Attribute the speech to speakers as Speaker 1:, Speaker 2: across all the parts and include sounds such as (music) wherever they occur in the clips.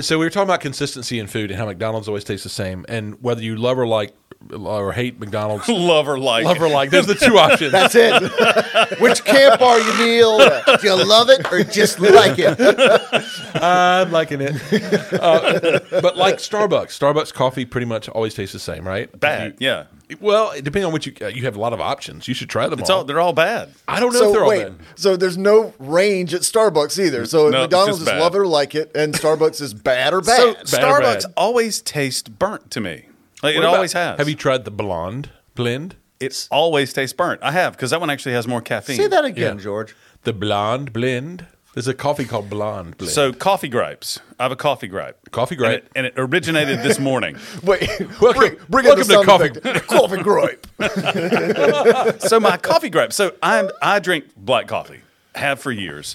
Speaker 1: So we were talking about consistency in food and how McDonald's always tastes the same, and whether you love or like or hate McDonald's,
Speaker 2: (laughs) Love or like.
Speaker 1: love or like. There's the two options.
Speaker 2: (laughs)
Speaker 3: That's it. Which camp are you, Neil? Do you love it or just like it?
Speaker 1: I'm liking it. (laughs) Uh, but like Starbucks, Starbucks coffee pretty much always tastes the same, right?
Speaker 2: Bad.
Speaker 1: You-
Speaker 2: Yeah.
Speaker 1: Well, depending on what you uh, you have a lot of options. You should try them
Speaker 2: It's
Speaker 1: all.
Speaker 2: all, they're all bad.
Speaker 1: I don't know if they're
Speaker 4: So
Speaker 1: all
Speaker 4: wait,
Speaker 1: bad.
Speaker 4: so there's no range at Starbucks either. So
Speaker 2: No,
Speaker 4: McDonald's
Speaker 2: just
Speaker 4: is
Speaker 2: bad.
Speaker 4: love it or like it, and Starbucks is bad or bad.
Speaker 2: So
Speaker 1: or
Speaker 2: Starbucks
Speaker 1: bad?
Speaker 2: always tastes burnt to me. Like, it
Speaker 1: What about-
Speaker 2: always has.
Speaker 1: Have you tried the blonde blend?
Speaker 2: It always tastes burnt. I have because that one actually has more caffeine.
Speaker 3: Say that again,
Speaker 1: Yeah.
Speaker 3: George.
Speaker 1: The blonde blend. There's a coffee called blonde blend.
Speaker 2: So coffee gripes. I have a coffee gripe.
Speaker 1: Coffee
Speaker 2: And
Speaker 1: gripe.
Speaker 2: it, and it originated
Speaker 1: (laughs)
Speaker 2: this morning.
Speaker 4: Wait,
Speaker 1: Welcome-
Speaker 4: bring, bring up the sound
Speaker 1: welcome to
Speaker 4: effect. coffee gripe.
Speaker 2: so my coffee gripe. So I'm I drink black coffee. Have for years.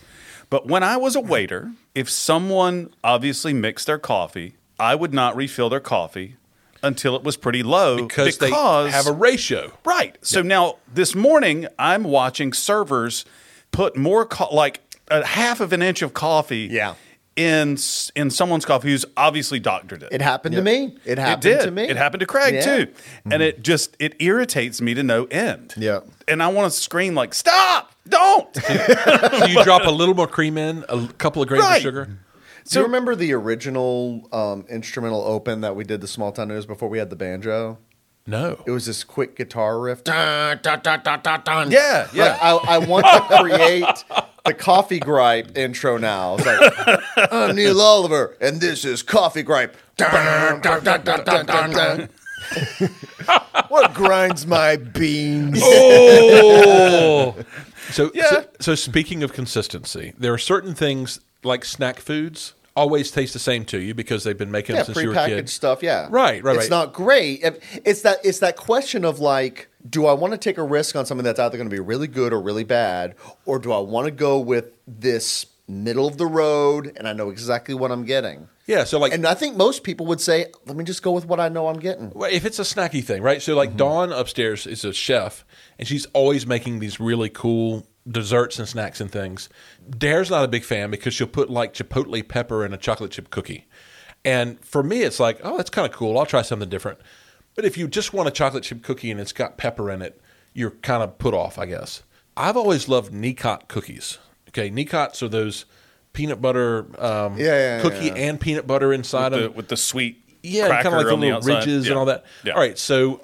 Speaker 2: But when I was a waiter, if someone obviously mixed their coffee, I would not refill their coffee until it was pretty low
Speaker 1: because they have a ratio.
Speaker 2: Right. So now this morning, I'm watching servers put more co- like a half of an inch of coffee.
Speaker 4: Yeah.
Speaker 2: In s- in someone's coffee, who's obviously doctored it.
Speaker 3: It happened to me. It happened
Speaker 2: did.
Speaker 3: to me.
Speaker 2: It happened to Craig
Speaker 3: Yeah.
Speaker 2: too,
Speaker 1: Mm-hmm.
Speaker 2: and it just it irritates me to no end.
Speaker 4: Yeah.
Speaker 2: And I want to scream like, "Stop!
Speaker 1: (laughs)
Speaker 2: Don't!"
Speaker 1: So you drop a little more cream in, a l- couple of grains
Speaker 2: Right.
Speaker 1: of sugar.
Speaker 4: Do you remember the original um, instrumental open that we did the small town news before we had the banjo?
Speaker 1: No.
Speaker 4: It was this quick guitar riff.
Speaker 2: yeah. Yeah.
Speaker 4: Like, I, I want to create the coffee gripe intro now. It's like, I'm Neil Oliver, and this is coffee gripe. Dun, dun, dun, dun, dun, dun, dun. (laughs) what grinds my beans?
Speaker 1: Oh. (laughs) so,
Speaker 2: Yeah.
Speaker 1: so so speaking of consistency, there are certain things like snack foods always taste the same to you because they've been making
Speaker 4: yeah,
Speaker 1: them since you were a
Speaker 4: prepackaged
Speaker 1: kid.
Speaker 4: stuff. Yeah,
Speaker 1: Right, right,
Speaker 4: It's
Speaker 1: right.
Speaker 4: not great. If- It's that it's that question of like, do I want to take a risk on something that's either going to be really good or really bad, or do I want to go with this middle of the road and I know exactly what I'm getting?
Speaker 1: Yeah, so like
Speaker 4: And I think most people would say, let me just go with what I know I'm getting.
Speaker 1: Well, if it's a snacky thing, right? So
Speaker 4: Mm-hmm.
Speaker 1: like Dawn upstairs is a chef, and she's always making these really cool desserts and snacks and things. Dare's not a big fan because she'll put like chipotle pepper in a chocolate chip cookie, and for me, it's like, oh, that's kind of cool. I'll try something different. But if you just want a chocolate chip cookie and it's got pepper in it, you're kind of put off, I guess. I've always loved Nicot cookies. Okay, Nicots are those peanut butter um,
Speaker 4: Yeah, yeah, yeah,
Speaker 1: cookie
Speaker 4: yeah.
Speaker 1: and peanut butter inside
Speaker 2: with,
Speaker 1: them
Speaker 2: the, with the sweet
Speaker 1: yeah,
Speaker 2: cracker
Speaker 1: kind of like the
Speaker 2: on
Speaker 1: little
Speaker 2: outside.
Speaker 1: ridges
Speaker 2: Yeah.
Speaker 1: and all that.
Speaker 2: Yeah.
Speaker 1: All right, so um,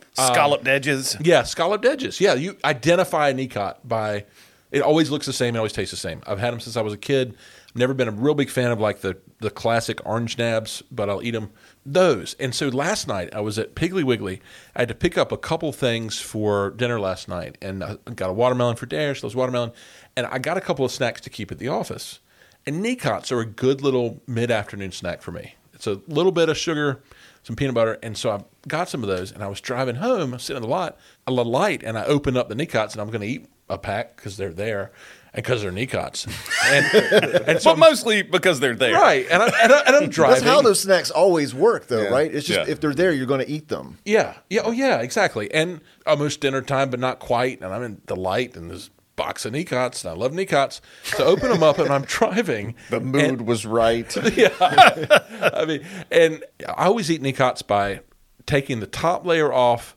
Speaker 1: (laughs)
Speaker 2: Scalloped edges.
Speaker 1: yeah, scalloped edges. Yeah, you identify an ecot by it always looks the same. It always tastes the same. I've had them since I was a kid. Never been a real big fan of like the the classic orange nabs, but I'll eat them. Those. And so last night I was at Piggly Wiggly. I had to pick up a couple things for dinner last night, and I got a watermelon for Dash. Those watermelon, and I got a couple of snacks to keep at the office. And Nicots are a good little mid afternoon snack for me. It's a little bit of sugar, some peanut butter. And so I got some of those and I was driving home, I was sitting in the lot, a little light, and I opened up the Nicots and I'm going to eat a pack because they're there and because they're Nicots. (laughs) And, and so
Speaker 2: But mostly because they're there.
Speaker 1: right. And, I, and, I, and I'm driving.
Speaker 4: That's how those snacks always work, though,
Speaker 3: Yeah.
Speaker 4: right? It's just
Speaker 2: Yeah.
Speaker 4: if they're there, you're going to eat them.
Speaker 1: Yeah. Yeah. Oh, yeah. Exactly. And almost dinner time, but not quite. And I'm in the light and this box of Nicots, and I love Nicots. So I open them up and I'm (laughs) driving.
Speaker 4: The mood was
Speaker 3: (laughs)
Speaker 4: right.
Speaker 1: (laughs) I mean, and I always eat nicots by taking the top layer off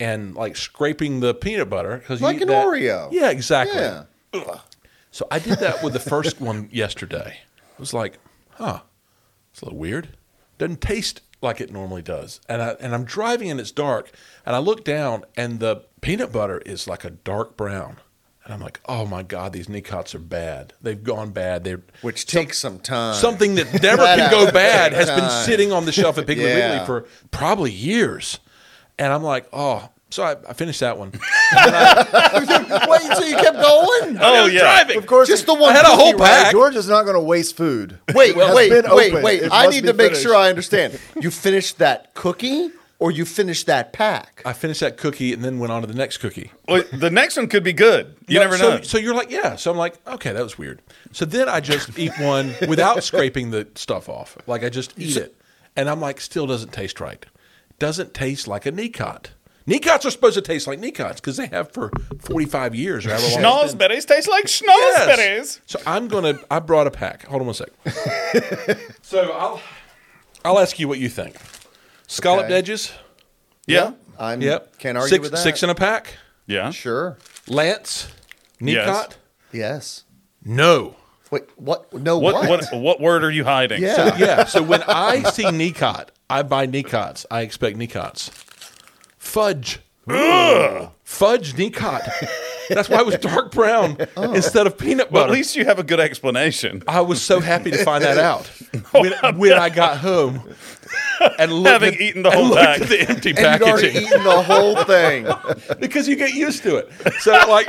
Speaker 1: and like scraping the peanut butter because
Speaker 4: Like an Oreo.
Speaker 1: Yeah, exactly.
Speaker 4: Yeah.
Speaker 1: So I did that with the first one yesterday. It was like, huh, it's a little weird. Doesn't taste like it normally does. And I and I'm driving and it's dark and I look down and the peanut butter is like a dark brown. And I'm like, oh my god, these nicots are bad. They've gone bad. They're
Speaker 4: Which takes some time.
Speaker 1: something (laughs) that never
Speaker 4: That
Speaker 1: can go
Speaker 4: happens
Speaker 1: bad
Speaker 4: every
Speaker 1: (laughs) has been
Speaker 4: time.
Speaker 1: sitting on the shelf at Piggly
Speaker 4: Yeah.
Speaker 1: Wiggly for probably years. And I'm like, oh, so I, I finished that (laughs) one. (laughs)
Speaker 4: Wait, so you kept going?
Speaker 2: Oh, yeah.
Speaker 1: driving.
Speaker 4: Of course, just the one.
Speaker 1: I had a
Speaker 4: cookie,
Speaker 1: whole
Speaker 4: right?
Speaker 1: pack.
Speaker 4: George is not going to waste food.
Speaker 3: Wait,
Speaker 4: It has
Speaker 3: wait,
Speaker 4: been
Speaker 3: wait,
Speaker 4: open.
Speaker 3: wait.
Speaker 4: It
Speaker 3: I
Speaker 4: must
Speaker 3: need
Speaker 4: be
Speaker 3: to make
Speaker 4: finished.
Speaker 3: sure I understand. You finished that cookie or you finished that pack?
Speaker 1: I finished that cookie and then went on to the next cookie.
Speaker 2: Well, the next one could be good. You
Speaker 1: No,
Speaker 2: never
Speaker 1: so,
Speaker 2: know.
Speaker 1: So you're like, yeah. So I'm like, okay, that was weird. So then I just eat one without scraping the stuff off. Like I just eat it, and I'm like, still doesn't taste right. Doesn't taste like a Nicot. Nicots are supposed to taste like Nicots because they have for 45 years or however long. it's been.
Speaker 2: Schnozberries taste like schnozberries.
Speaker 3: (laughs)
Speaker 1: Yes. So I'm gonna. I brought a pack. Hold on one sec. so I'll. I'll ask you what you think. Scalloped
Speaker 3: Okay.
Speaker 1: edges.
Speaker 2: Yeah.
Speaker 3: I'm
Speaker 1: Yep.
Speaker 3: can't argue
Speaker 1: six,
Speaker 3: with that.
Speaker 1: Six in a pack.
Speaker 2: Yeah.
Speaker 3: Sure.
Speaker 1: Lance. Neecott.
Speaker 2: Yes.
Speaker 3: Yes.
Speaker 1: No.
Speaker 3: Wait, what? No, what?
Speaker 2: What, what what word are you hiding?
Speaker 3: Yeah.
Speaker 1: Yeah. So when I see Neecott, I buy Neecotts. I expect Neecotts. Fudge. Fudge Neecott. That's why it was dark brown instead of peanut
Speaker 2: Oh. Well,
Speaker 1: butter.
Speaker 2: at least you have a good explanation.
Speaker 1: I was so happy to find that
Speaker 2: (laughs)
Speaker 1: out when, when I got home and looked
Speaker 2: Having
Speaker 1: at,
Speaker 2: eaten the
Speaker 1: and
Speaker 2: whole
Speaker 1: looked
Speaker 2: pack.
Speaker 1: at the empty
Speaker 3: You'd already
Speaker 1: packaging
Speaker 3: eaten the whole thing.
Speaker 4: (laughs)
Speaker 1: because you get used to it. So like,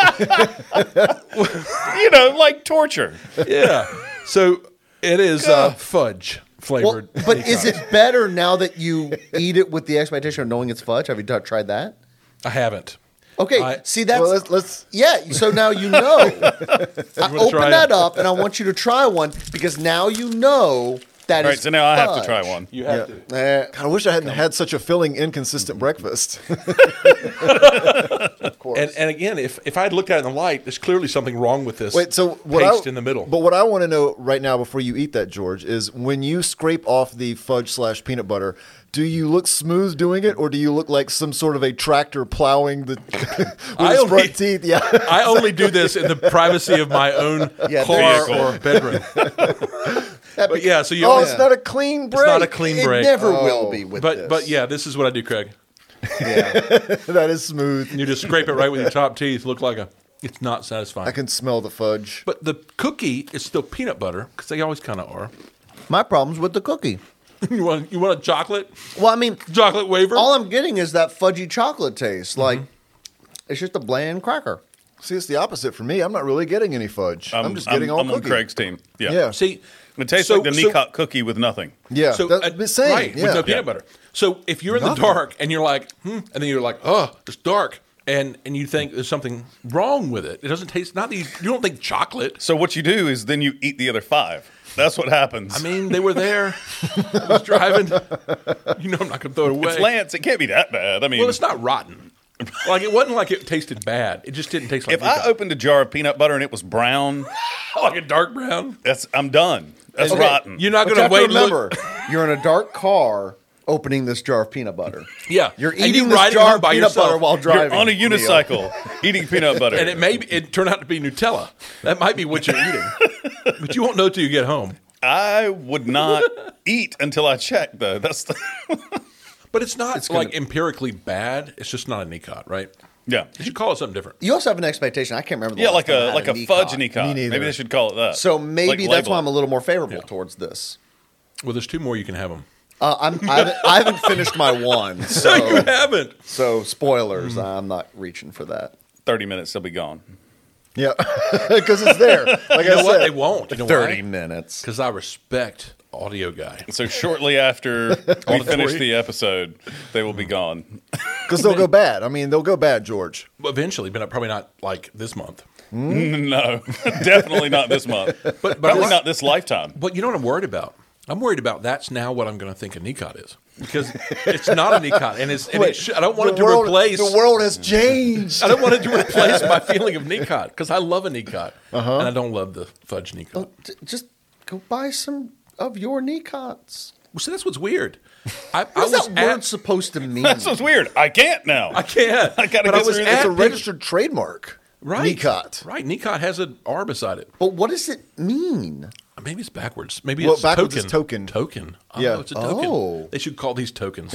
Speaker 2: you know, like torture.
Speaker 1: yeah. So it is uh, fudge
Speaker 3: Well,
Speaker 1: flavored.
Speaker 3: but is it better now that you eat it with the expectation of knowing it's fudge? Have you t- tried that?
Speaker 1: I haven't.
Speaker 3: Okay,
Speaker 1: I-
Speaker 3: see that's
Speaker 4: Well, let's- let's-
Speaker 3: yeah. So now
Speaker 4: (laughs)
Speaker 3: you know. I
Speaker 1: gonna try
Speaker 3: open that
Speaker 1: it.
Speaker 3: up, and I want you to try one because now you know that
Speaker 2: All
Speaker 3: is
Speaker 2: right, so now I have to try
Speaker 3: fudge.
Speaker 2: one.
Speaker 1: You have to.
Speaker 4: Eh,
Speaker 5: God, I wish I hadn't had such a filling,
Speaker 1: Mm-hmm.
Speaker 5: inconsistent
Speaker 1: (laughs)
Speaker 5: breakfast.
Speaker 1: And, and again, if, if I had looked at it in the light, there's clearly something wrong with this.
Speaker 5: Wait, so what
Speaker 1: paste
Speaker 5: I,
Speaker 1: in the middle.
Speaker 5: But what I want to know right now, before you eat that, George, is when you scrape off the fudge slash peanut butter, do you look smooth doing it, or do you look like some sort of a tractor plowing the (laughs) with
Speaker 1: I
Speaker 5: his
Speaker 1: only-
Speaker 5: front teeth? Yeah.
Speaker 1: (laughs) I only do this in the privacy of my
Speaker 5: (laughs)
Speaker 1: own
Speaker 3: Yeah,
Speaker 1: car
Speaker 2: there's-
Speaker 1: or bedroom. but yeah, so you
Speaker 5: Oh,
Speaker 1: always,
Speaker 5: it's not a clean break.
Speaker 1: it's not a clean
Speaker 3: It
Speaker 1: break.
Speaker 3: never
Speaker 4: Oh.
Speaker 3: will be with
Speaker 1: but
Speaker 3: this.
Speaker 1: but yeah, this is what I do, Craig.
Speaker 4: (laughs)
Speaker 5: that is smooth.
Speaker 1: You just scrape it right with your top teeth. Look like a. It's not satisfying.
Speaker 5: I can smell the fudge.
Speaker 1: but the cookie is still peanut butter because they always kind of are. (laughs)
Speaker 3: my problem's with the cookie.
Speaker 1: you want you want a chocolate
Speaker 3: Well, I mean,
Speaker 1: chocolate wafer?
Speaker 3: all I'm getting is that fudgy chocolate
Speaker 1: Mm-hmm.
Speaker 3: taste. Like it's just a bland cracker.
Speaker 5: See, it's the opposite for me. I'm not really getting any fudge.
Speaker 1: Um,
Speaker 5: I'm, just getting all
Speaker 2: I'm on
Speaker 5: cookie.
Speaker 2: Craig's team. Yeah.
Speaker 5: Yeah.
Speaker 1: See,
Speaker 2: It tastes
Speaker 1: so-
Speaker 2: like the
Speaker 1: so-
Speaker 2: Neacock cookie with nothing.
Speaker 5: Yeah,
Speaker 1: So
Speaker 5: that's
Speaker 1: uh,
Speaker 5: the same.
Speaker 1: right,
Speaker 5: yeah.
Speaker 1: with no peanut
Speaker 2: Yeah.
Speaker 1: butter. So if you're in
Speaker 5: Nothing.
Speaker 1: the dark and you're like, hmm, and then you're like, oh, it's dark, and and you think there's something wrong with it. It doesn't taste. Not that you, you don't think chocolate.
Speaker 2: So what you do is then you eat the other five. That's what happens.
Speaker 1: I mean, they were there. I was driving. You know, I'm not going to throw it away.
Speaker 2: it's Lance. It can't be that bad. I mean,
Speaker 1: Well, it's not rotten. Like it wasn't like it tasted bad. It just didn't taste like
Speaker 2: if I
Speaker 1: Neacock.
Speaker 2: opened a jar of peanut butter and it was brown,
Speaker 1: like a dark brown.
Speaker 2: that's I'm done. That's rotten.
Speaker 1: You're not
Speaker 3: But
Speaker 1: going
Speaker 3: you have
Speaker 1: to
Speaker 3: to
Speaker 1: wait. and look-
Speaker 3: remember, you're in a dark car opening this jar of
Speaker 1: (laughs)
Speaker 3: peanut butter.
Speaker 1: yeah,
Speaker 3: You're
Speaker 1: And you
Speaker 3: eating this
Speaker 1: ride it
Speaker 3: jar
Speaker 1: home
Speaker 3: of peanut butter while driving.
Speaker 2: You're on a unicycle eating peanut butter.
Speaker 1: and it may be, it turned out to be Nutella. That might be what you're eating, but you won't know till you get home.
Speaker 2: I would not eat until I checked, though. That's the, (laughs)
Speaker 1: But it's not like empirically bad. It's just not a Nicot, right?
Speaker 2: yeah,
Speaker 1: You should call it something different.
Speaker 3: You also have an expectation. I can't remember. The
Speaker 2: yeah,
Speaker 3: last
Speaker 2: like
Speaker 3: time I
Speaker 2: a
Speaker 3: had
Speaker 2: like a
Speaker 3: knee
Speaker 2: fudge
Speaker 3: cock.
Speaker 2: Nicot.
Speaker 5: neither.
Speaker 2: Maybe they should call it that.
Speaker 3: So maybe
Speaker 2: Like,
Speaker 3: that's
Speaker 2: label
Speaker 3: why
Speaker 2: it.
Speaker 3: I'm a little more favorable towards this.
Speaker 1: Well, there's two more. You can have them.
Speaker 3: Uh, I'm, I, haven't, I haven't finished
Speaker 2: (laughs)
Speaker 3: my one,
Speaker 1: No, you
Speaker 3: so,
Speaker 1: haven't.
Speaker 3: so spoilers.
Speaker 2: Hmm.
Speaker 3: I'm not reaching for that.
Speaker 2: Thirty minutes, they'll be gone.
Speaker 5: Yeah, (laughs) because it's there.
Speaker 1: (laughs)
Speaker 5: Like
Speaker 1: You know
Speaker 5: I
Speaker 1: what? They
Speaker 5: said,
Speaker 1: won't. You know
Speaker 3: Thirty
Speaker 1: why?
Speaker 3: minutes.
Speaker 1: Because I respect audio guy. (laughs)
Speaker 2: So shortly after we finish the episode, they will be
Speaker 1: Hmm.
Speaker 2: gone.
Speaker 5: because they'll go bad. I mean, they'll go bad, George.
Speaker 1: Eventually, but probably not like this month.
Speaker 2: no, definitely not this month.
Speaker 1: (laughs)
Speaker 2: But,
Speaker 1: But but I
Speaker 2: Probably
Speaker 1: like-
Speaker 2: not this lifetime.
Speaker 1: But you know what I'm worried about? I'm worried about that's now what I'm going to think a Nikot is because it's not a Nikot, and it's and it sh- I don't want it
Speaker 5: The
Speaker 1: to
Speaker 5: world-
Speaker 1: replace
Speaker 5: The world has
Speaker 1: (laughs)
Speaker 5: changed.
Speaker 1: I don't want it to replace my feeling of Nikot because I love a Nikot and I don't love the fudge E Nikot. Well,
Speaker 3: J- Oh, Just go buy some of your Nicots.
Speaker 1: see, that's what's weird. I, I
Speaker 3: What's
Speaker 1: was
Speaker 3: that
Speaker 1: at-
Speaker 3: word supposed to
Speaker 2: (laughs)
Speaker 3: mean?
Speaker 2: That's what's weird. I can't now.
Speaker 1: I can't.
Speaker 2: (laughs) I gotta
Speaker 1: but
Speaker 2: get
Speaker 1: I was at
Speaker 2: through this. It's
Speaker 5: It's a
Speaker 1: Pic-
Speaker 5: registered trademark.
Speaker 1: right,
Speaker 5: Nicot.
Speaker 1: Right, Nikot has an R beside it. Uh,
Speaker 3: But what does it mean?
Speaker 1: Maybe it's backwards. Maybe
Speaker 5: Well,
Speaker 1: it's
Speaker 5: backwards
Speaker 1: token.
Speaker 5: is token.
Speaker 1: Token. Oh,
Speaker 5: Yeah.
Speaker 1: it's a token.
Speaker 3: Oh.
Speaker 1: They should call these tokens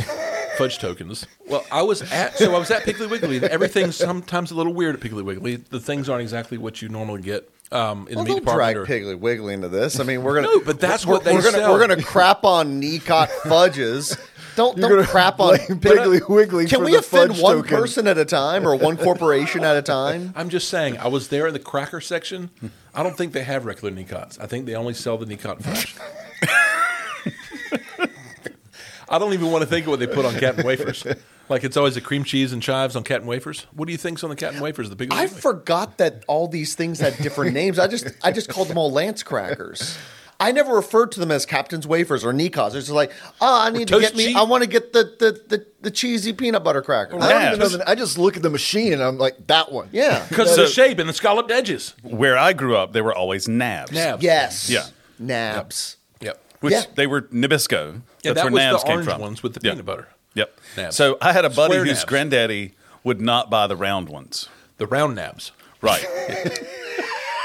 Speaker 1: fudge tokens. Well, I was at so I was at Piggly Wiggly. and Everything's sometimes a little weird at Piggly Wiggly. The things aren't exactly what you normally get um, in the meat
Speaker 3: Well, don't
Speaker 1: department.
Speaker 3: drag
Speaker 1: or-
Speaker 3: Piggly Wiggly into this. I mean, we're gonna
Speaker 1: (laughs) No, but that's
Speaker 3: we're,
Speaker 1: what they
Speaker 3: we're gonna,
Speaker 1: sell.
Speaker 3: We're gonna crap on
Speaker 1: (laughs)
Speaker 3: Nicot fudges. Don't
Speaker 5: You're
Speaker 3: don't
Speaker 5: gonna
Speaker 3: crap on
Speaker 5: blame Piggly Wiggly
Speaker 3: Can
Speaker 5: for
Speaker 3: we
Speaker 5: the
Speaker 3: offend
Speaker 5: fudge
Speaker 3: one
Speaker 5: token.
Speaker 3: person at a time or (laughs) one corporation at a time?
Speaker 1: I'm just saying, I was there in the cracker section. I don't think they have regular Nicots. I think they only sell the Nicot fresh. (laughs) I don't even want to think of what they put on cat and wafers. Like it's always the cream cheese and chives on cat and wafers. What do you think's on the cat and wafers? The big
Speaker 3: I forgot that all these things had different names. I just I just called them all lance crackers. I never referred to them as Captain's Wafers or Nicots. It's just like, oh, I need to
Speaker 1: toast
Speaker 3: get me.
Speaker 1: cheese?
Speaker 3: I want to get the the, the the cheesy peanut butter cracker.
Speaker 5: I don't even know.
Speaker 2: Yes.
Speaker 5: The, I just look at the machine and I'm like, that one.
Speaker 1: (laughs)
Speaker 3: yeah.
Speaker 1: because of the shape and the scalloped edges.
Speaker 2: Where I grew up, they were always nabs.
Speaker 1: Nabs.
Speaker 3: Yes.
Speaker 2: Yeah.
Speaker 3: Nabs.
Speaker 1: Yep.
Speaker 2: which
Speaker 3: Yeah.
Speaker 2: they were Nabisco.
Speaker 1: Yeah,
Speaker 2: That's
Speaker 1: that
Speaker 2: where
Speaker 1: was the
Speaker 2: Nabs came
Speaker 1: orange
Speaker 2: from.
Speaker 1: ones with the
Speaker 2: Yeah.
Speaker 1: peanut butter.
Speaker 2: Yep.
Speaker 1: Nabs.
Speaker 2: So I had a buddy
Speaker 1: Square
Speaker 2: whose
Speaker 1: nabs.
Speaker 2: granddaddy would not buy the round ones.
Speaker 1: The round nabs. (laughs)
Speaker 2: Right.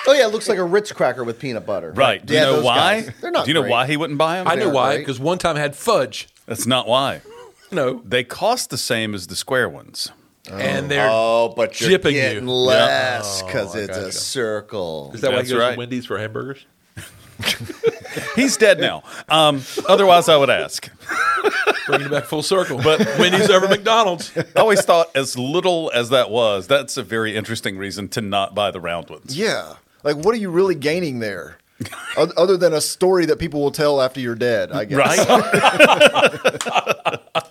Speaker 3: Oh yeah, it looks like a Ritz cracker with peanut butter.
Speaker 2: right. Do
Speaker 3: yeah,
Speaker 2: you know
Speaker 3: those
Speaker 2: why?
Speaker 3: guys. They're not.
Speaker 2: Do you know
Speaker 3: great.
Speaker 2: why he wouldn't buy them?
Speaker 1: I know
Speaker 3: aren't
Speaker 1: why,
Speaker 3: right.
Speaker 1: because one time I had fudge.
Speaker 2: That's not why.
Speaker 1: No,
Speaker 2: They cost the same as the square ones.
Speaker 1: and they're
Speaker 4: Oh, but you're
Speaker 1: Jipping you.
Speaker 4: getting
Speaker 1: Yeah.
Speaker 4: less because
Speaker 1: I
Speaker 4: it's
Speaker 1: gotcha.
Speaker 4: a circle.
Speaker 1: is that why he
Speaker 2: That's
Speaker 1: goes
Speaker 2: right.
Speaker 1: to Wendy's for hamburgers?
Speaker 2: He's dead now. Um, otherwise, I would ask.
Speaker 1: Bringing it back full circle. But Wendy's
Speaker 2: (laughs)
Speaker 1: over McDonald's.
Speaker 2: I always thought, as little as that was, that's a very interesting reason to not buy the round ones.
Speaker 5: Yeah. Like, what are you really gaining there? Oth- Other than a story that people will tell after you're dead, I guess.
Speaker 2: Right?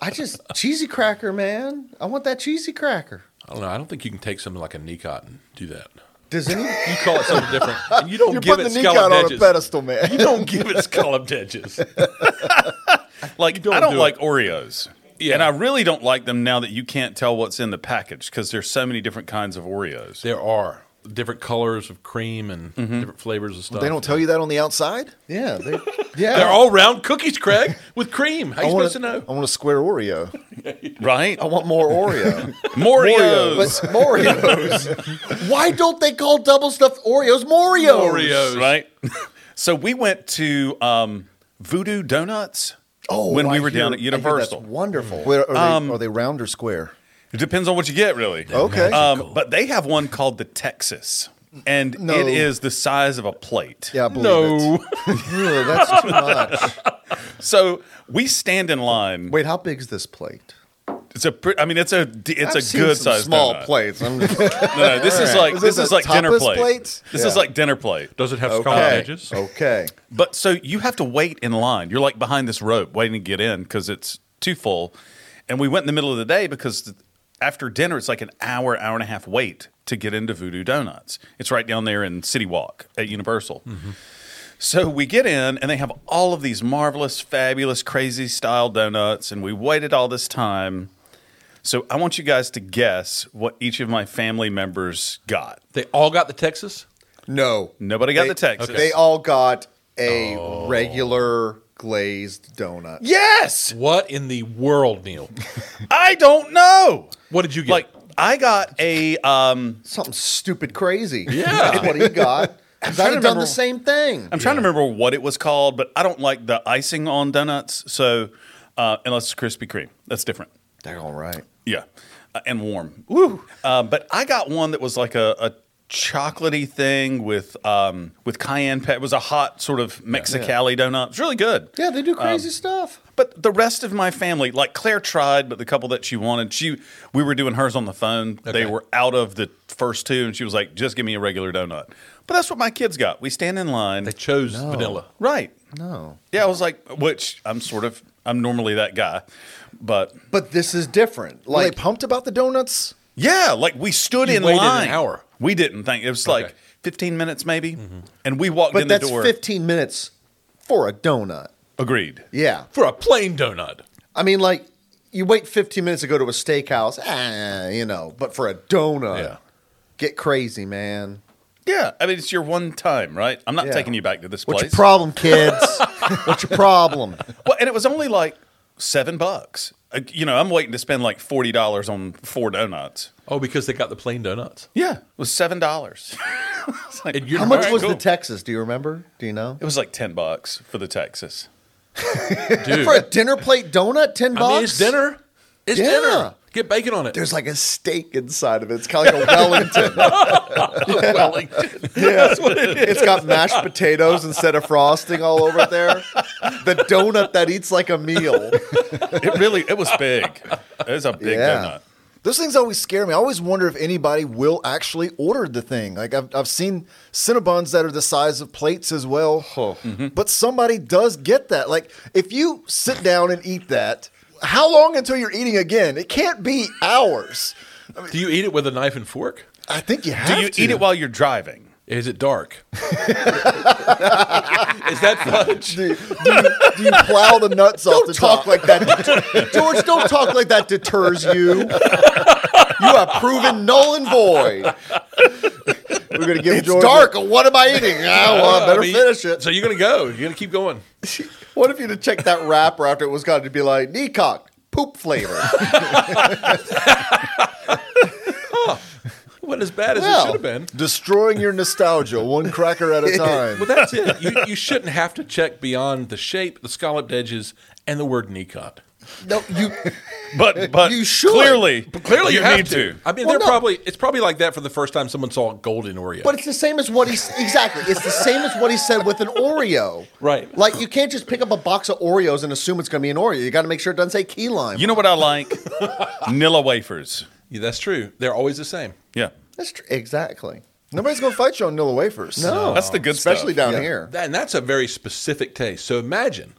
Speaker 3: I just cheesy cracker, man. I want that cheesy cracker.
Speaker 1: I don't know. I don't think you can take something like a Nicot and do that.
Speaker 3: Does any
Speaker 1: You call it something different. (laughs) And you don't
Speaker 5: You're
Speaker 1: give
Speaker 5: putting
Speaker 1: it
Speaker 5: the knee out
Speaker 1: scallop
Speaker 5: on a
Speaker 1: edges.
Speaker 5: pedestal,
Speaker 1: You (laughs)
Speaker 5: man.
Speaker 1: don't give it scalloped edges. (laughs)
Speaker 2: like,
Speaker 1: don't
Speaker 2: I don't
Speaker 1: do
Speaker 2: like
Speaker 1: it.
Speaker 2: Oreos.
Speaker 1: Yeah.
Speaker 2: And I really don't like them now that you can't tell what's in the package because there's so many different kinds of Oreos.
Speaker 1: There are different colors of cream and different flavors of stuff.
Speaker 5: (laughs) They don't tell you that on the outside?
Speaker 3: Yeah, they, yeah.
Speaker 1: They're all round cookies, Craig, with cream. How you
Speaker 5: I want,
Speaker 1: supposed
Speaker 5: a,
Speaker 1: to know?
Speaker 5: I want a square Oreo.
Speaker 2: Right?
Speaker 3: I want more Oreo.
Speaker 2: Moreos.
Speaker 3: But Oreos. Why don't they call double stuffed Oreos Moreos?
Speaker 1: Oreos.
Speaker 2: Right? (laughs) so we went to um, Voodoo Donuts
Speaker 3: Oh,
Speaker 2: when we
Speaker 3: I
Speaker 2: were down
Speaker 3: hear-
Speaker 2: at
Speaker 3: I hear that's
Speaker 2: Universal.
Speaker 3: wonderful.
Speaker 5: Where, are,
Speaker 1: Um,
Speaker 5: they, are they round or square?
Speaker 2: It depends on what you get, really.
Speaker 5: Okay.
Speaker 2: Um, but they have one called the Texas, and
Speaker 5: No.
Speaker 2: it is the size of a plate.
Speaker 5: yeah, I believe it.
Speaker 1: No.
Speaker 3: Ugh, that's too much.
Speaker 2: So we stand in line.
Speaker 3: Wait, how big's this plate?
Speaker 2: It's a. Pre- I mean, it's a. d- It's
Speaker 3: I've
Speaker 2: a
Speaker 3: seen
Speaker 2: good
Speaker 3: some
Speaker 2: size
Speaker 3: small
Speaker 2: donut.
Speaker 3: plates. I'm
Speaker 1: (laughs)
Speaker 3: just,
Speaker 2: No, no, this is
Speaker 3: All right.
Speaker 2: like
Speaker 5: Is
Speaker 2: this
Speaker 5: this
Speaker 2: is
Speaker 5: a
Speaker 2: like dinner
Speaker 5: tapas
Speaker 2: plate.
Speaker 5: plate?
Speaker 2: This is
Speaker 3: Yeah.
Speaker 2: like dinner plate.
Speaker 1: Does it have scalloped
Speaker 3: okay.
Speaker 1: edges?
Speaker 3: Okay.
Speaker 2: But so you have to wait in line. You're like behind this rope waiting to get in because it's too full. And we went in the middle of the day because th- after dinner, it's like an hour, hour and a half wait to get into Voodoo Donuts. It's right down there in City Walk at Universal. So we get in, and they have all of these marvelous, fabulous, crazy style donuts. And we waited all this time. So I want you guys to guess what each of my family members got.
Speaker 1: They all got the Texas?
Speaker 3: No.
Speaker 2: Nobody got
Speaker 3: They-
Speaker 2: the Texas.
Speaker 3: They all got a regular glazed donut.
Speaker 2: yes,
Speaker 1: What in the world, Neil?
Speaker 2: I don't know.
Speaker 1: What did you get?
Speaker 2: Like I got a um
Speaker 3: Something stupid crazy.
Speaker 1: Yeah.
Speaker 3: (laughs) That's what he got. 'Cause I'd have done
Speaker 2: remember-
Speaker 3: the same thing.
Speaker 2: I'm trying to remember what it was called, but I don't like the icing on donuts. So uh, unless it's Krispy Kreme, that's different.
Speaker 3: They're all right.
Speaker 2: Yeah, uh, and warm. Woo. Uh, but I got one that was like a, a chocolatey thing with um with cayenne pepper. It was a hot sort of Mexicali donut. It's really good.
Speaker 3: Yeah, they do crazy stuff.
Speaker 2: But the rest of my family, like Claire tried, but the couple that she wanted, she we were doing hers on the phone. They were out of the first two, and she was like, "Just give me a regular donut." But that's what my kids got. We stand in line,
Speaker 1: they chose vanilla.
Speaker 2: right?
Speaker 3: No.
Speaker 2: Yeah, I was like, which I'm sort of, I'm normally that guy, but
Speaker 3: But this is different.
Speaker 5: Were they
Speaker 3: Like
Speaker 5: pumped about the donuts?
Speaker 2: yeah, like we stood in
Speaker 1: waited an
Speaker 2: line
Speaker 1: hour.
Speaker 2: We didn't think it was
Speaker 1: Okay. Mm-hmm.
Speaker 2: like 15 minutes maybe, and we walked
Speaker 3: But
Speaker 2: in the
Speaker 3: that's
Speaker 2: door.
Speaker 3: 15 minutes for a donut.
Speaker 2: Agreed.
Speaker 3: Yeah.
Speaker 1: For a plain donut.
Speaker 3: I mean, like, you wait 15 minutes to go to a steakhouse, ah, you know, but for a donut,
Speaker 1: Yeah.
Speaker 3: get crazy, man.
Speaker 2: Yeah, I mean it's your one time, right? I'm not
Speaker 3: Yeah.
Speaker 2: taking you back to this
Speaker 3: What's
Speaker 2: place.
Speaker 3: your problem, kids? What's your problem?
Speaker 2: Well, and it was only like seven bucks. Uh, You know, I'm waiting to spend like forty dollars on four donuts.
Speaker 1: Oh, because they got the plain donuts.
Speaker 2: Yeah, it was seven dollars. (laughs)
Speaker 1: And you're
Speaker 3: How much
Speaker 1: All right,
Speaker 3: was
Speaker 2: cool.
Speaker 3: the Texas? Do you remember? Do you know?
Speaker 2: It was like ten bucks for the Texas.
Speaker 1: dude.
Speaker 3: For a dinner plate donut, 10 bucks?
Speaker 1: I mean, it's dinner. It's
Speaker 3: Yeah.
Speaker 1: dinner. Get bacon on it. (laughs)
Speaker 3: There's like a steak inside of it. It's kind of like a Wellington.
Speaker 5: (laughs)
Speaker 1: Wellington. (laughs)
Speaker 3: Yeah. It's got mashed potatoes instead of frosting all over there. The donut that eats like a meal.
Speaker 2: It really, it was big. It was a (laughs) big
Speaker 3: Yeah.
Speaker 2: donut.
Speaker 5: Those things always scare me. I always wonder if anybody will actually order the thing. Like I've, I've seen Cinnabons that are the size of plates as well,
Speaker 3: Oh. Mm-hmm.
Speaker 5: but somebody does get that. Like if you sit down and eat that, how long until you're eating again? It can't be hours.
Speaker 1: Do you eat it with a knife and fork?
Speaker 5: I think you have
Speaker 2: Do you
Speaker 5: to.
Speaker 2: eat it while you're driving?
Speaker 1: Is it dark? Is that fudge?
Speaker 5: do, you- do you, do you plow the nuts off
Speaker 3: Don't
Speaker 5: the
Speaker 3: talk
Speaker 5: top?
Speaker 3: like that. George, don't talk like that deters you. You are proven null and void. We're going to give
Speaker 5: It's
Speaker 3: Georgia-
Speaker 5: dark. What am I
Speaker 3: (laughs)
Speaker 5: eating? Ah, well, I better
Speaker 1: I mean,
Speaker 5: finish it.
Speaker 1: So you're gonna go. You're gonna keep going.
Speaker 5: What if you'd have checked that wrapper after it was gone? It'd be like, Neacock, poop flavor.
Speaker 1: Wasn't as bad as
Speaker 5: Well.
Speaker 1: it should have been.
Speaker 3: Destroying your nostalgia one cracker at
Speaker 5: (laughs)
Speaker 3: a time.
Speaker 1: Well, that's it. You, you shouldn't have to check beyond the shape, the scalloped edges, and the word knee cut.
Speaker 5: (laughs) no, you.
Speaker 2: But but
Speaker 5: You should.
Speaker 2: clearly,
Speaker 1: But clearly, you,
Speaker 2: you,
Speaker 1: have
Speaker 2: need to.
Speaker 1: I mean,
Speaker 5: Well,
Speaker 1: they're
Speaker 5: no.
Speaker 1: probably it's probably like that for the first time someone saw a golden Oreo.
Speaker 5: But it's the same as what he exactly. It's the same as what he said with an Oreo.
Speaker 1: Right.
Speaker 5: Like you can't just pick up a box of Oreos and assume it's going to be an Oreo. You got to make sure it doesn't say key lime.
Speaker 2: You know what I like? (laughs) Nilla wafers.
Speaker 1: yeah, that's true. They're always the same.
Speaker 2: Yeah,
Speaker 5: That's tr- exactly.
Speaker 3: Nobody's going to fight you on Nilla wafers.
Speaker 5: No,
Speaker 2: that's the good
Speaker 5: Oh, especially
Speaker 2: stuff.
Speaker 5: down here.
Speaker 1: That, and that's a very specific taste. So imagine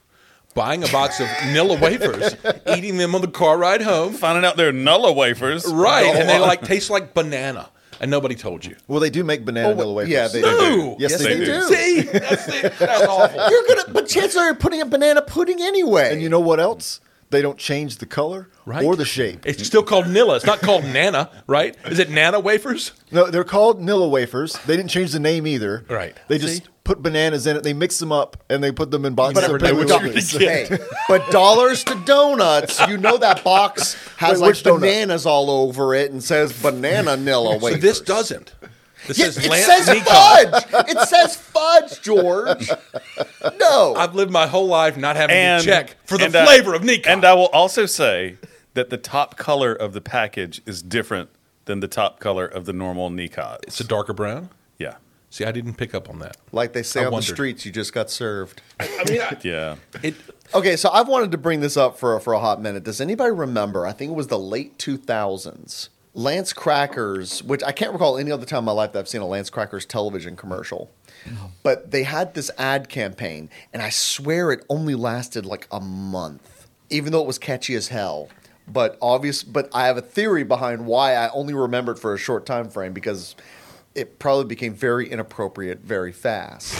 Speaker 1: buying a box of Nilla wafers, eating them on the car ride home,
Speaker 2: Finding out they're Nilla wafers.
Speaker 1: right? And they like taste like banana, and nobody told you.
Speaker 3: Well, they do make banana Nilla
Speaker 5: wait,
Speaker 3: wafers.
Speaker 5: Oh, yeah, they
Speaker 2: do.
Speaker 1: No.
Speaker 3: Yes,
Speaker 5: Yes,
Speaker 3: they, do.
Speaker 5: they do.
Speaker 1: See, that's, it. that's awful.
Speaker 5: You're gonna, but chances are you're putting a banana pudding anyway.
Speaker 3: And you know what else? They don't change the color
Speaker 1: Right.
Speaker 3: or the shape.
Speaker 1: It's still called Nilla. It's not called Nana, right? Is it Nana wafers?
Speaker 3: No, they're called Nilla wafers. They didn't change the name either.
Speaker 1: Right.
Speaker 3: They just
Speaker 1: See?
Speaker 3: put bananas in it. They mix them up and they put them in boxes.
Speaker 5: But,
Speaker 3: of
Speaker 5: but,
Speaker 3: paper
Speaker 5: do-
Speaker 3: (laughs) wafers.
Speaker 5: hey, but dollars to donuts, you know (laughs) that box has
Speaker 3: Wait, which
Speaker 5: like
Speaker 3: donut?
Speaker 5: bananas all over it and says
Speaker 3: (laughs)
Speaker 5: banana nilla
Speaker 1: So
Speaker 5: wafers.
Speaker 1: this doesn't. This
Speaker 5: Yeah,
Speaker 1: is
Speaker 5: it
Speaker 1: Lance
Speaker 5: says
Speaker 1: Nico.
Speaker 5: fudge. It says fudge, George. No,
Speaker 1: I've lived my whole life not having
Speaker 2: And
Speaker 1: to check for the
Speaker 2: and I-
Speaker 1: flavor of Nico.
Speaker 2: And I will also say that the top color of the package is different than the top color of the normal Nikot.
Speaker 1: it's a darker brown.
Speaker 2: yeah,
Speaker 1: See, I didn't pick up on that.
Speaker 5: like they say
Speaker 1: I
Speaker 5: on
Speaker 1: wondered.
Speaker 5: the streets, you just got served.
Speaker 1: I mean, I,
Speaker 2: yeah.
Speaker 1: it,
Speaker 5: Okay, so I've wanted to bring this up for for a hot minute. Does anybody remember? I think it was the late two thousands. Lance Crackers, which I can't recall any other time in my life that I've seen a Lance Crackers television commercial, but they had this ad campaign, and I swear it only lasted like a month, even though it was catchy as hell. But obvious, but I have a theory behind why I only remembered for a short time frame because it probably became very inappropriate very fast.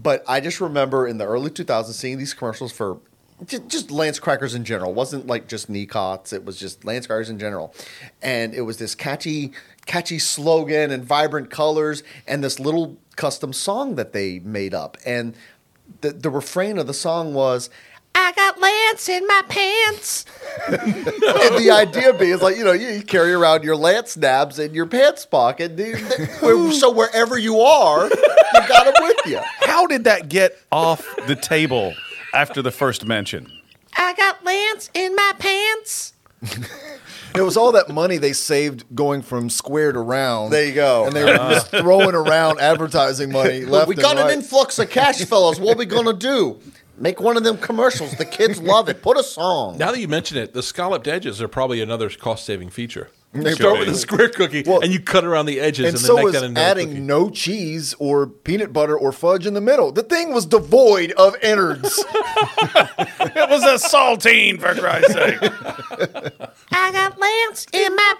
Speaker 5: But I just remember in the early 2000s seeing these commercials for just, just Lance Crackers in general. It wasn't like just Nicots. It was just Lance Crackers in general. And it was this catchy, catchy slogan and vibrant colors and this little custom song that they made up. And the, the refrain of the song was, I got Lance in my pants. (laughs) and the idea being is like, you know, you, you carry around your Lance nabs in your pants pocket. and you- where- so wherever you are, you got them with you.
Speaker 2: How did that get off the table after the first mention?
Speaker 6: I got Lance in my pants.
Speaker 3: It was all that money they saved going from square to round.
Speaker 5: There you go.
Speaker 3: And they were just throwing around advertising
Speaker 5: (laughs)
Speaker 3: money
Speaker 5: Well,
Speaker 3: left
Speaker 5: we
Speaker 3: and
Speaker 5: got
Speaker 3: right.
Speaker 5: an influx
Speaker 3: (laughs)
Speaker 5: of cash, fellas. What we gonna do? Make one of them commercials. The kids love it. Put a song.
Speaker 1: now that you mention it, the scalloped edges are probably another cost-saving feature.
Speaker 3: They
Speaker 1: You start
Speaker 3: should
Speaker 1: with
Speaker 3: be.
Speaker 1: a square cookie
Speaker 3: Well,
Speaker 1: and you cut around the edges, and,
Speaker 3: and
Speaker 1: then
Speaker 3: so
Speaker 1: make
Speaker 3: was
Speaker 1: that into
Speaker 3: adding
Speaker 1: a cookie.
Speaker 3: no cheese or peanut butter or fudge in the middle. The thing was devoid of innards.
Speaker 2: It was a saltine, for Christ's sake.
Speaker 6: I got Lance in my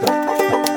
Speaker 6: pants.